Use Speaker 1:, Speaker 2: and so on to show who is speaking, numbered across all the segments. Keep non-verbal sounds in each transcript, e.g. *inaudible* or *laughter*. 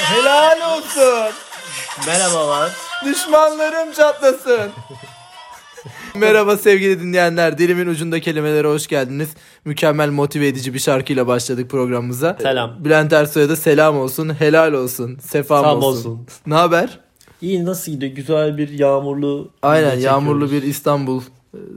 Speaker 1: Helal olsun.
Speaker 2: Merhabalar.
Speaker 1: Düşmanlarım çatlasın. Merhaba sevgili dinleyenler. Dilimin ucunda kelimelere hoş geldiniz. Mükemmel motive edici bir şarkıyla başladık programımıza.
Speaker 2: Selam.
Speaker 1: Bülent Ersoy'a da selam olsun, helal olsun, sefam
Speaker 2: Sağ
Speaker 1: olsun.
Speaker 2: olsun.
Speaker 1: Ne haber?
Speaker 2: İyi nasıl gidiyor? Güzel bir yağmurlu.
Speaker 1: Aynen
Speaker 2: video
Speaker 1: yağmurlu
Speaker 2: çekiyoruz.
Speaker 1: bir İstanbul e,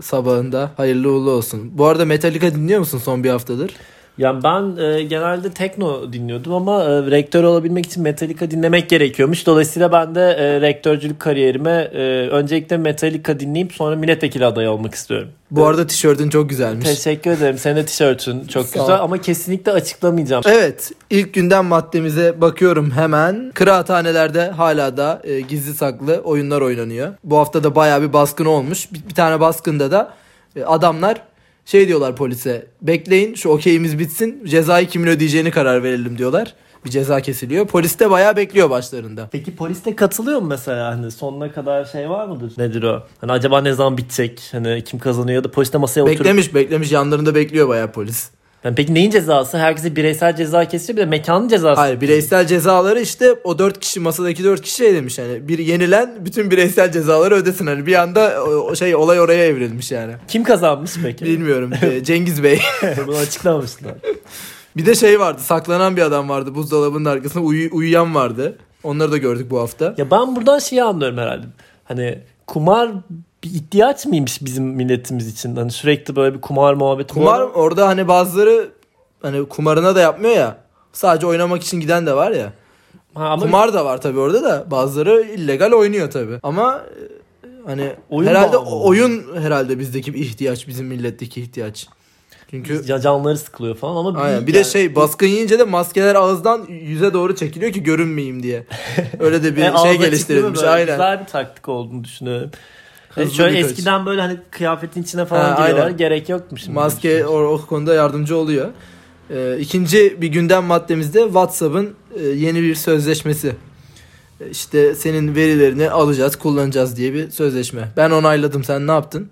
Speaker 1: sabahında hayırlı uğurlu olsun. Bu arada Metallica dinliyor musun son bir haftadır?
Speaker 2: Yani ben e, genelde tekno dinliyordum ama e, rektör olabilmek için Metallica dinlemek gerekiyormuş. Dolayısıyla ben de e, rektörcülük kariyerime e, öncelikle Metallica dinleyip sonra milletvekili adayı olmak istiyorum.
Speaker 1: Bu arada tişörtün çok güzelmiş.
Speaker 2: Teşekkür ederim. Senin de tişörtün çok
Speaker 1: Sağ ol.
Speaker 2: güzel ama kesinlikle açıklamayacağım.
Speaker 1: Evet ilk gündem maddemize bakıyorum hemen. Kıraathanelerde hala da e, gizli saklı oyunlar oynanıyor. Bu hafta da bayağı bir baskın olmuş. Bir, bir tane baskında da e, adamlar şey diyorlar polise bekleyin şu okeyimiz bitsin cezayı kimin ödeyeceğini karar verelim diyorlar. Bir ceza kesiliyor. Polis de bayağı bekliyor başlarında.
Speaker 2: Peki polis de katılıyor mu mesela hani sonuna kadar şey var mıdır? Nedir o? Hani acaba ne zaman bitecek? Hani kim kazanıyor ya da polis de masaya oturup
Speaker 1: Beklemiş beklemiş yanlarında bekliyor bayağı polis.
Speaker 2: Yani peki neyin cezası? Herkese bireysel ceza kesiyor bir de mekanın cezası.
Speaker 1: Hayır bireysel cezaları işte o dört kişi masadaki dört kişi şey demiş yani bir yenilen bütün bireysel cezaları ödesin hani bir anda o- o şey olay oraya evrilmiş yani.
Speaker 2: Kim kazanmış peki? *laughs*
Speaker 1: Bilmiyorum e, Cengiz Bey.
Speaker 2: Bunu açıklamışlar.
Speaker 1: bir de şey vardı saklanan bir adam vardı buzdolabının arkasında uyu- uyuyan vardı. Onları da gördük bu hafta.
Speaker 2: ya ben buradan şeyi anlıyorum herhalde. Hani kumar bir ihtiyaç mıymış bizim milletimiz için? Hani sürekli böyle bir kumar muhabbeti.
Speaker 1: Kumar
Speaker 2: Bu arada
Speaker 1: orada hani bazıları hani kumarına da yapmıyor ya. Sadece oynamak için giden de var ya.
Speaker 2: Ha, ama
Speaker 1: Kumar da var tabii orada da bazıları illegal oynuyor tabii. Ama e, hani
Speaker 2: Oyun
Speaker 1: herhalde
Speaker 2: bağımlı.
Speaker 1: oyun herhalde bizdeki bir ihtiyaç bizim milletteki ihtiyaç. Çünkü
Speaker 2: ya canları sıkılıyor falan ama
Speaker 1: aynen. bir de
Speaker 2: yani-
Speaker 1: şey baskın yiyince de maskeler ağızdan yüze doğru çekiliyor ki görünmeyeyim
Speaker 2: *laughs*
Speaker 1: diye. Öyle de bir
Speaker 2: E, ağza
Speaker 1: şey
Speaker 2: çıkıyor
Speaker 1: geliştirilmiş
Speaker 2: böyle.
Speaker 1: aynen.
Speaker 2: Güzel bir taktik olduğunu düşünüyorum. E,
Speaker 1: Hızlı
Speaker 2: şöyle
Speaker 1: bir kaç.
Speaker 2: eskiden böyle hani kıyafetin içine falan
Speaker 1: Ha,
Speaker 2: giriyorlar.
Speaker 1: aynen.
Speaker 2: Gerek yokmuş. şimdi.
Speaker 1: Maske o, o konuda yardımcı oluyor. Ee, ikinci bir gündem maddemizde WhatsApp'ın e, yeni bir sözleşmesi. E, İşte senin verilerini alacağız, kullanacağız diye bir sözleşme. Ben onayladım. Sen ne yaptın?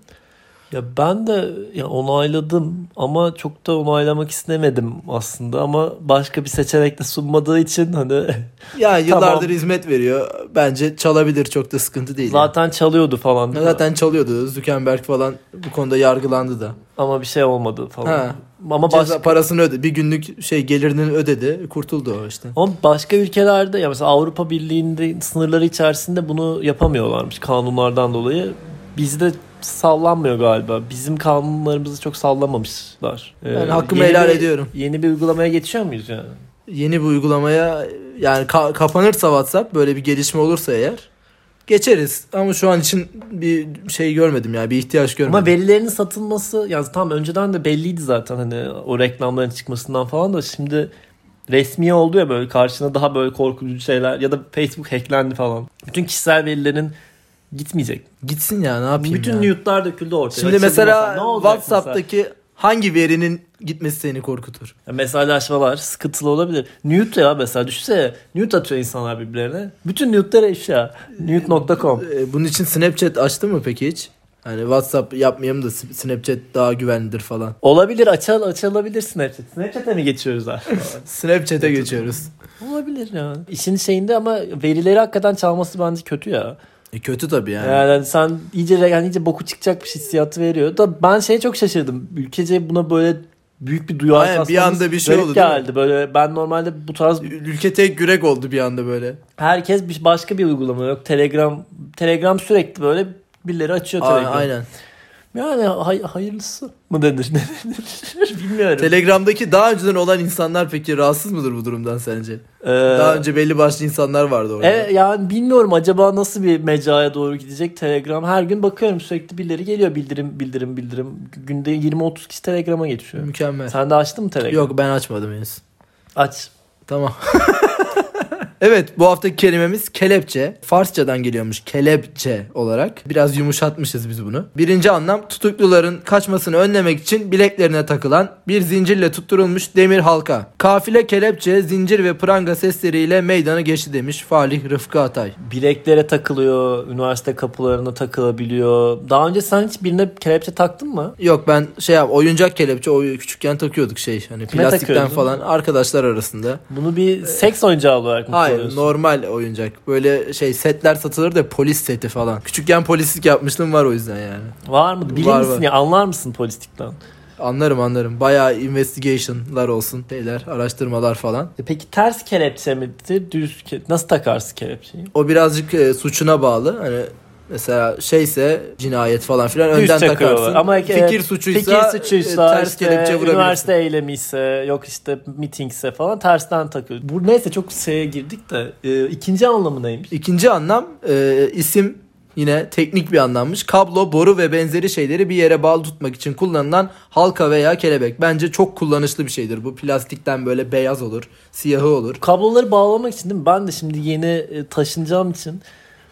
Speaker 2: Ya ben de ya onayladım ama çok da onaylamak istemedim aslında ama başka bir seçenek de sunmadığı
Speaker 1: *laughs*
Speaker 2: için hani
Speaker 1: Ya yıllardır
Speaker 2: Tamam.
Speaker 1: hizmet veriyor. Bence çalabilir çok da sıkıntı değil. Zaten,
Speaker 2: zaten çalıyordu falan
Speaker 1: Zaten çalıyordu. Zuckerberg falan bu konuda yargılandı da.
Speaker 2: ama bir şey olmadı falan.
Speaker 1: Ha.
Speaker 2: Ama
Speaker 1: Ceza
Speaker 2: başka
Speaker 1: parasını ödedi. Bir günlük şey gelirini ödedi. Kurtuldu o işte.
Speaker 2: ama başka ülkelerde ya mesela Avrupa Birliği'nde sınırları içerisinde bunu yapamıyorlarmış kanunlardan dolayı. Bizde sallanmıyor galiba. Bizim kanunlarımızı çok sallamamışlar. Ee,
Speaker 1: Ben hakkımı
Speaker 2: yeni
Speaker 1: helal
Speaker 2: bir-
Speaker 1: ediyorum.
Speaker 2: Yeni bir uygulamaya geçiyor muyuz yani?
Speaker 1: Yeni bir uygulamaya yani ka- kapanırsa WhatsApp böyle bir gelişme olursa eğer geçeriz. Ama şu an için bir şey görmedim ya. Bir ihtiyaç görmedim.
Speaker 2: Ama verilerin satılması yani tam önceden de belliydi zaten hani o reklamların çıkmasından falan da şimdi resmi oldu ya böyle karşına daha böyle korkutucu şeyler ya da Facebook hacklendi falan. Bütün kişisel verilerin gitmeyecek.
Speaker 1: Gitsin ya ne yapayım
Speaker 2: Bütün
Speaker 1: ya.
Speaker 2: nude'lar döküldü ortaya.
Speaker 1: Şimdi
Speaker 2: Açıldı
Speaker 1: mesela
Speaker 2: Ne olacak
Speaker 1: WhatsApp'taki hangi verinin gitmesi seni korkutur?
Speaker 2: mesela? Ya mesajlaşmalar sıkıntılı olabilir. Nude ya mesela düşünsene nude atıyor insanlar birbirlerine. Bütün nude'lar eşya. Nude.com
Speaker 1: Ee, Bunun için Snapchat açtı mı peki hiç? Hani WhatsApp yapmayayım da Snapchat daha güvenlidir falan.
Speaker 2: Olabilir açal açılabilir Snapchat. Snapchat'e mi geçiyoruz artık?
Speaker 1: Snapchat'e geçiyoruz.
Speaker 2: Olabilir ya. İşin şeyinde ama verileri hakikaten çalması bence kötü ya.
Speaker 1: E kötü tabii yani.
Speaker 2: Yani, hani sen iyice yani iyice boku çıkacakmış hissiyatı veriyor. Da ben şeye çok şaşırdım. Ülkece buna böyle büyük bir duyar
Speaker 1: Aynen, bir
Speaker 2: sasmamız
Speaker 1: anda bir şey
Speaker 2: garip
Speaker 1: oldu, değil mi?
Speaker 2: geldi. Böyle ben normalde bu tarz
Speaker 1: Ülke tek yürek oldu bir anda böyle.
Speaker 2: herkes bir başka bir uygulama yok. Telegram Telegram sürekli böyle birileri açıyor
Speaker 1: Aa,
Speaker 2: Telegram.
Speaker 1: aynen.
Speaker 2: Yani hay- hayırlısı mı denir *laughs* ne denir bilmiyorum.
Speaker 1: Telegram'daki daha önceden olan insanlar peki rahatsız mıdır bu durumdan sence?
Speaker 2: Ee,
Speaker 1: Daha önce belli başlı insanlar vardı orada.
Speaker 2: Evet E, yani bilmiyorum acaba nasıl bir mecraya doğru gidecek Telegram. Her gün bakıyorum sürekli birileri geliyor bildirim bildirim bildirim. Günde 20-30 kişi Telegram'a geçiyor.
Speaker 1: Mükemmel.
Speaker 2: Sen de açtın mı Telegram?
Speaker 1: Yok ben açmadım henüz.
Speaker 2: Aç.
Speaker 1: Tamam. *laughs* evet bu haftaki kelimemiz kelepçe. Farsçadan geliyormuş kelepçe olarak. Biraz yumuşatmışız biz bunu. Birinci anlam tutukluların kaçmasını önlemek için bileklerine takılan bir zincirle tutturulmuş demir halka. Kafile kelepçe, zincir ve pranga sesleriyle meydana geçti demiş Falih Rıfkı Atay.
Speaker 2: Bileklere takılıyor, üniversite kapılarına takılabiliyor. Daha önce sen hiç birine kelepçe taktın mı?
Speaker 1: Yok ben şey yap oyuncak kelepçe o küçükken takıyorduk şey hani plastikten
Speaker 2: takıyordun?
Speaker 1: falan arkadaşlar arasında.
Speaker 2: Bunu bir seks oyuncağı olarak mı
Speaker 1: E, hayır
Speaker 2: alıyorsun.
Speaker 1: normal oyuncak. Böyle şey setler satılır da polis seti falan. Küçükken polislik yapmıştım var o yüzden yani.
Speaker 2: Var mı? Bilir
Speaker 1: Var,
Speaker 2: misin
Speaker 1: var.
Speaker 2: ya? Anlar mısın polislikten?
Speaker 1: Anlarım anlarım. Bayağı investigation'lar olsun şeyler araştırmalar falan.
Speaker 2: E Peki ters kelepçe midir? Düz ke- Nasıl takarsın kelepçeyi?
Speaker 1: O birazcık e, suçuna bağlı. Hani mesela şeyse cinayet falan filan
Speaker 2: Düz
Speaker 1: önden
Speaker 2: takıyorlar.
Speaker 1: takarsın.
Speaker 2: Ama e,
Speaker 1: fikir suçuysa,
Speaker 2: Fikir suçuysa
Speaker 1: e, ters
Speaker 2: işte,
Speaker 1: kelepçe vurabilirsin.
Speaker 2: üniversite eylemi ise yok işte mitingse falan tersten takıyor. Bu neyse çok şeye girdik de e, ikinci anlamı neymiş?
Speaker 1: İkinci anlam e, isim yine teknik bir anlammış. Kablo, boru ve benzeri şeyleri bir yere bağlı tutmak için kullanılan halka veya kelebek. Bence çok kullanışlı bir şeydir. Bu plastikten böyle beyaz olur, siyahı olur.
Speaker 2: Kabloları bağlamak için değil mi? Ben de şimdi yeni e, taşınacağım için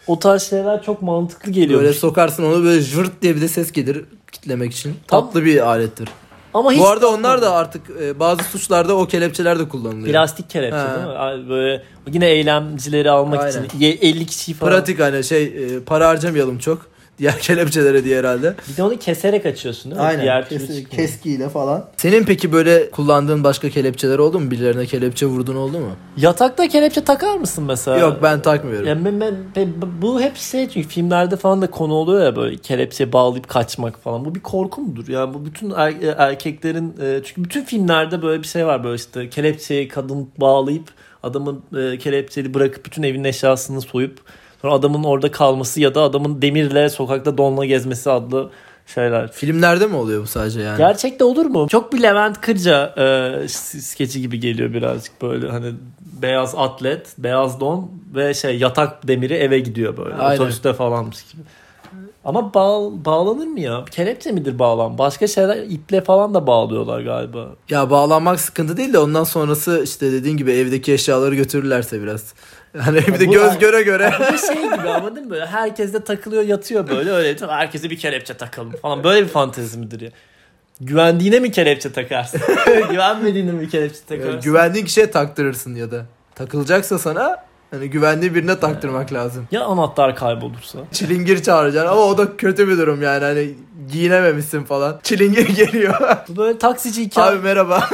Speaker 2: o tarz şeyler çok mantıklı geliyor.
Speaker 1: Böyle sokarsın onu böyle jırt diye bir de ses gelir kitlemek için.
Speaker 2: Tam-
Speaker 1: Tatlı bir alettir.
Speaker 2: Ama hiç
Speaker 1: Bu arada onlar da artık e, bazı suçlarda o kelepçeler de kullanılıyor.
Speaker 2: plastik kelepçe
Speaker 1: He.
Speaker 2: değil mi? Ay, Böyle yine eylemcileri almak
Speaker 1: Aynen.
Speaker 2: için ye- 50 kişiyi falan.
Speaker 1: Pratik hani şey e, para harcamayalım çok. Diğer *laughs* kelepçelere diye herhalde.
Speaker 2: Bir de onu keserek açıyorsun değil mi? Diğer türlü
Speaker 1: Kes-
Speaker 2: çıkmıyor.
Speaker 1: keskiyle falan. Senin peki böyle kullandığın başka kelepçeler oldu mu? Birilerine kelepçe vurdun oldu mu?
Speaker 2: Yatakta kelepçe takar mısın mesela?
Speaker 1: Yok ben takmıyorum.
Speaker 2: Ee, Ya ben- ben- ben- bu hep şey çünkü filmlerde falan da konu oluyor ya böyle kelepçe bağlayıp kaçmak falan. Bu bir korku mudur? Yani bu bütün er- erkeklerin e, çünkü bütün filmlerde böyle bir şey var böyle işte kelepçeyi kadın bağlayıp adamın e, kelepçeli bırakıp bütün evin eşyasını soyup sonra adamın orada kalması ya da adamın demirle sokakta donla gezmesi adlı şeyler.
Speaker 1: Filmlerde mi oluyor bu sadece yani?
Speaker 2: Gerçekte olur mu? Çok bir Levent Kırca e, s- skeci gibi geliyor birazcık böyle hani beyaz atlet, beyaz don ve şey yatak demiri eve gidiyor böyle
Speaker 1: Aynen.
Speaker 2: otobüste falanmış gibi. Ama bağ- bağlanır mı ya? Kelepçe midir bağlan? Başka şeyler iple falan da bağlıyorlar galiba.
Speaker 1: Ya bağlanmak sıkıntı değil de ondan sonrası işte dediğin gibi evdeki eşyaları götürürlerse biraz. *laughs* Hani bir de
Speaker 2: bu-
Speaker 1: göz göre göre. *laughs*
Speaker 2: Bir de şey gibi ama değil mi? Böyle herkes de takılıyor yatıyor böyle öyle. Tamam, Herkese bir kelepçe takalım falan. Böyle bir fantezi midir ya? Güvendiğine mi kelepçe takarsın? Güvenmediğine mi kelepçe takarsın?
Speaker 1: Güvendiğin kişiye taktırırsın ya da. Takılacaksa sana hani güvendiği birine taktırmak lazım.
Speaker 2: ya anahtar kaybolursa?
Speaker 1: Çilingir çağıracaksın ama o da kötü bir durum yani hani giyinememişsin falan. Çilingir *laughs* geliyor.
Speaker 2: Bu böyle taksici hikaye,
Speaker 1: Abi merhaba. *laughs*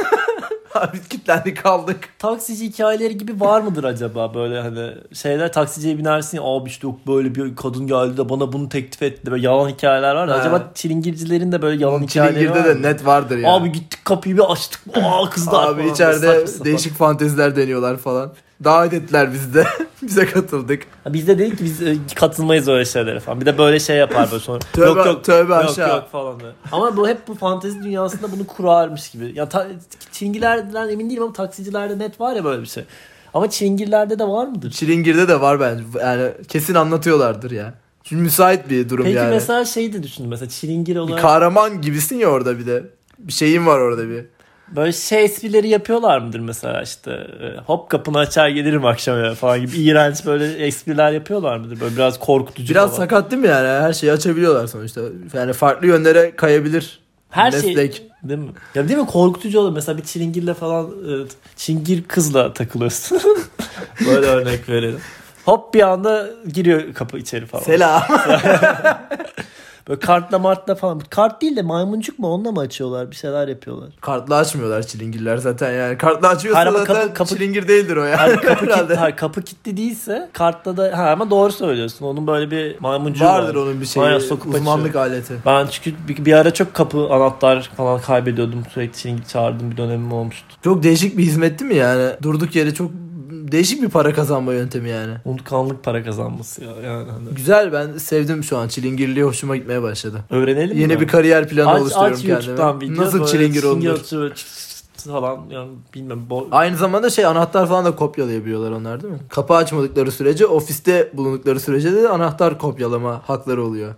Speaker 1: Abi kilitlendik kaldık.
Speaker 2: taksici hikayeleri gibi var mıdır acaba böyle hani şeyler taksiciye binersin ya abi işte yok böyle bir kadın geldi de bana bunu teklif etti böyle yalan hikayeler var. ya.
Speaker 1: He.
Speaker 2: Acaba çilingircilerin de böyle yalan hikayeleri
Speaker 1: Çilingir'de
Speaker 2: var
Speaker 1: de
Speaker 2: mı?
Speaker 1: net vardır ya.
Speaker 2: Abi gittik kapıyı bir açtık. Aa kızlar
Speaker 1: Abi
Speaker 2: falan.
Speaker 1: içeride
Speaker 2: Saçma sapan.
Speaker 1: değişik fanteziler deniyorlar falan. Davet ettiler biz de. *laughs* Bize katıldık.
Speaker 2: Ha, Biz de dedik ki biz e, katılmayız öyle şeylere falan. Bir de böyle şey yapar böyle sonra.
Speaker 1: *laughs* Tövbe,
Speaker 2: yok yok
Speaker 1: tövbe
Speaker 2: yok
Speaker 1: aşağı.
Speaker 2: yok falan böyle. Ama bu hep bu fantezi dünyasında bunu kurarmış gibi. Ya ta, çilingirlerden emin değilim ama taksicilerde net var ya böyle bir şey. Ama çilingirlerde de var mıdır?
Speaker 1: Çilingir'de de var bence. Yani kesin anlatıyorlardır ya. Çünkü müsait bir durum
Speaker 2: Peki
Speaker 1: yani.
Speaker 2: mesela şey de düşündüm mesela çilingir
Speaker 1: Bir
Speaker 2: olarak
Speaker 1: kahraman gibisin ya orada bir de. Bir şeyin var orada bir.
Speaker 2: böyle şey esprileri yapıyorlar mıdır mesela işte e, hop kapını açar gelirim akşam eve falan gibi iğrenç böyle espriler yapıyorlar mıdır böyle biraz korkutucu
Speaker 1: Biraz
Speaker 2: falan.
Speaker 1: sakat değil mi yani? Her şeyi açabiliyorlar sonuçta. Yani farklı yönlere kayabilir.
Speaker 2: her
Speaker 1: meslek.
Speaker 2: şey değil mi? Ya değil mi korkutucu olur mesela bir çilingirle falan e, çilingir
Speaker 1: *laughs*
Speaker 2: kızla takılıyorsun. böyle örnek verelim. Hop bir anda giriyor kapı içeri falan.
Speaker 1: Selam. *laughs*
Speaker 2: Böyle kartla martla falan. Kart değil de maymuncuk mu onunla mı açıyorlar bir şeyler yapıyorlar.
Speaker 1: Kartla açmıyorlar çilingirler zaten yani. Kartla açıyorsa
Speaker 2: Hayır ama
Speaker 1: zaten
Speaker 2: kapı- kapı-
Speaker 1: çilingir değildir o yani. *laughs*
Speaker 2: Hayır, kapı, kilitli,
Speaker 1: Herhalde.
Speaker 2: hayır, kapı kilitli değilse kartta da ha, ama doğru söylüyorsun. Onun böyle bir maymuncuğu
Speaker 1: Vardır
Speaker 2: var.
Speaker 1: onun bir şeyi.
Speaker 2: Aynen, sokup
Speaker 1: uzmanlık
Speaker 2: açıyor.
Speaker 1: aleti.
Speaker 2: Ben çünkü bir, bir ara çok kapı anahtar falan kaybediyordum. Sürekli çilingir çağırdım bir dönemim olmuştu.
Speaker 1: Çok değişik bir hizmet değil mi yani? Durduk yere çok değişik bir para kazanma yöntemi yani.
Speaker 2: Unutkanlık para kazanması ya. Yani hani.
Speaker 1: Güzel ben sevdim şu an çilingirliği hoşuma gitmeye başladı.
Speaker 2: Öğrenelim
Speaker 1: Yeni
Speaker 2: mi?
Speaker 1: bir kariyer planı
Speaker 2: aç,
Speaker 1: oluşturuyorum
Speaker 2: aç YouTube'dan
Speaker 1: kendime.
Speaker 2: video.
Speaker 1: Nasıl
Speaker 2: böyle
Speaker 1: çilingir olunur?
Speaker 2: atıyor, böyle çıt çıt çıt falan yani bilmem. Bo-
Speaker 1: Aynı zamanda şey anahtar falan da kopyalayabiliyorlar onlar değil mi? Kapı açmadıkları sürece ofiste bulundukları sürece de anahtar kopyalama hakları oluyor.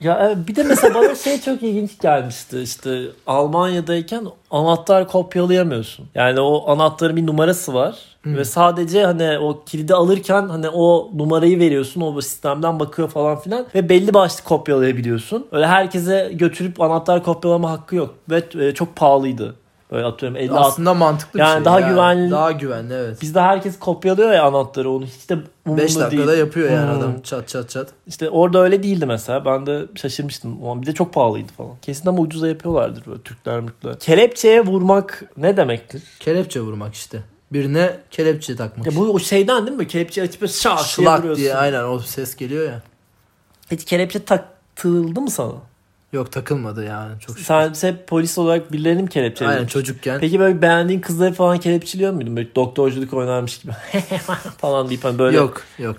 Speaker 2: Ya evet, bir de mesela bana şey çok ilginç gelmişti. İşte Almanya'dayken anahtar kopyalayamıyorsun. Yani o anahtarın bir numarası var
Speaker 1: Hı.
Speaker 2: ve sadece hani o kilidi alırken hani o numarayı veriyorsun. O sistemden bakıyor falan filan ve belli başlı kopyalayabiliyorsun. Öyle herkese götürüp anahtar kopyalama hakkı yok ve e, çok pahalıydı. Böyle atıyorum 50 60
Speaker 1: Aslında mantıklı bir
Speaker 2: Yani
Speaker 1: şey.
Speaker 2: daha güvenli-
Speaker 1: Daha güvenli evet.
Speaker 2: Bizde herkes kopyalıyor ya anahtarı onu hiç de umurunda
Speaker 1: 5 dakikada
Speaker 2: değil.
Speaker 1: yapıyor yani
Speaker 2: Hmm.
Speaker 1: adam çat çat çat.
Speaker 2: İşte orada öyle değildi mesela. Ben de şaşırmıştım. Ulan bir de çok pahalıydı falan. Kesin ama ucuza yapıyorlardır böyle Türkler mürkler. Kelepçeye vurmak ne demektir?
Speaker 1: Kelepçe vurmak işte. Birine kelepçe takmış.
Speaker 2: Ya bu o şeyden değil mi? Kelepçe açıp böyle şak diye
Speaker 1: Şlak diye
Speaker 2: vuruyorsun.
Speaker 1: aynen o ses geliyor ya.
Speaker 2: Hiç kelepçe taktıldı mı sana?
Speaker 1: Yok takılmadı yani çok şükür.
Speaker 2: Sen, sen polis olarak birilerini mi kelepçeledin?
Speaker 1: Aynen çocukken.
Speaker 2: Peki böyle beğendiğin kızları falan kelepçeliyor muydun? Böyle doktorculuk oynarmış gibi *laughs* falan deyip hani böyle.
Speaker 1: Yok yok.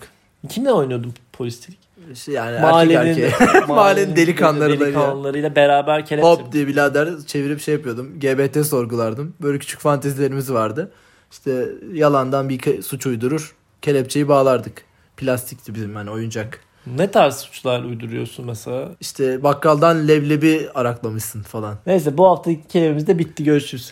Speaker 2: Kimle oynuyordun polislik?
Speaker 1: İşte Yani *laughs* Mahallenin... erkek erkeğe.
Speaker 2: *laughs*
Speaker 1: Mahallenin delikanlılarıyla.
Speaker 2: delikanlılarıyla beraber kelepçe.
Speaker 1: Hop diye birader çevirip şey yapıyordum. GBT sorgulardım. Böyle küçük fantezilerimiz vardı. İşte yalandan bir ke- suç uydurur. Kelepçeyi bağlardık. Plastikti bizim hani oyuncak.
Speaker 2: Ne tarz suçlar uyduruyorsun mesela?
Speaker 1: İşte bakkaldan leblebi araklamışsın falan.
Speaker 2: Neyse bu haftaki kelimemiz de bitti. *laughs* Görüşürüz.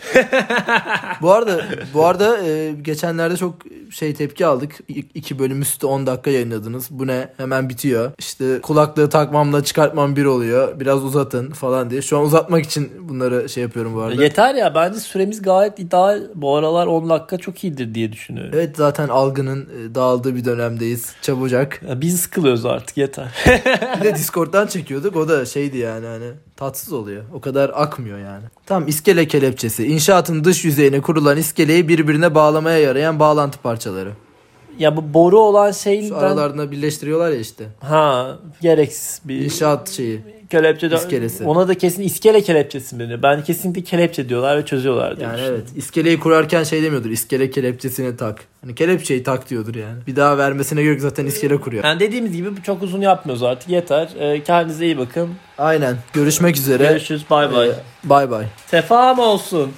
Speaker 1: Bu arada bu arada e, geçenlerde çok şey tepki aldık. İ- iki bölüm üstü 10 dakika yayınladınız. Bu ne? Hemen bitiyor. İşte kulaklığı takmamla çıkartmam bir oluyor. Biraz uzatın falan diye. Şu an uzatmak için bunları şey yapıyorum bu arada.
Speaker 2: Yeter ya bence süremiz gayet ideal. Bu aralar 10 dakika çok iyidir diye düşünüyorum.
Speaker 1: Evet zaten algının e, dağıldığı bir dönemdeyiz.
Speaker 2: *laughs*
Speaker 1: Çabucak.
Speaker 2: Ya E, Biz sıkılıyoruz artık yeter.
Speaker 1: Bir de Discord'dan çekiyorduk. O da şeydi yani hani tatsız oluyor. O kadar akmıyor yani. Tam iskele kelepçesi. İnşaatın dış yüzeyine kurulan iskeleyi birbirine bağlamaya yarayan bağlantı parçaları.
Speaker 2: ya bu boru olan
Speaker 1: Şu
Speaker 2: şeyden
Speaker 1: aralarına birleştiriyorlar ya işte.
Speaker 2: ha gereksiz bir
Speaker 1: İnşaat şeyi.
Speaker 2: kelepçe de-
Speaker 1: İskelesi.
Speaker 2: Ona da kesin iskele kelepçesi mi deniyor? Ben kesinlikle kelepçe diyorlar ve çözüyorlar diye
Speaker 1: Yani
Speaker 2: düşünüyorum.
Speaker 1: evet. iskeleyi kurarken şey demiyordur. İskele kelepçesini tak. Hani kelepçeyi tak diyordur yani. Bir daha vermesine gerek yok, zaten iskele kuruyor.
Speaker 2: Yani dediğimiz gibi bu çok uzun yapmıyoruz artık yeter. Ee, kendinize iyi bakın.
Speaker 1: Aynen. Görüşmek üzere.
Speaker 2: Ee,
Speaker 1: Ee,
Speaker 2: Görüşürüz bay bay.
Speaker 1: Bay bay.
Speaker 2: Sefa mı olsun?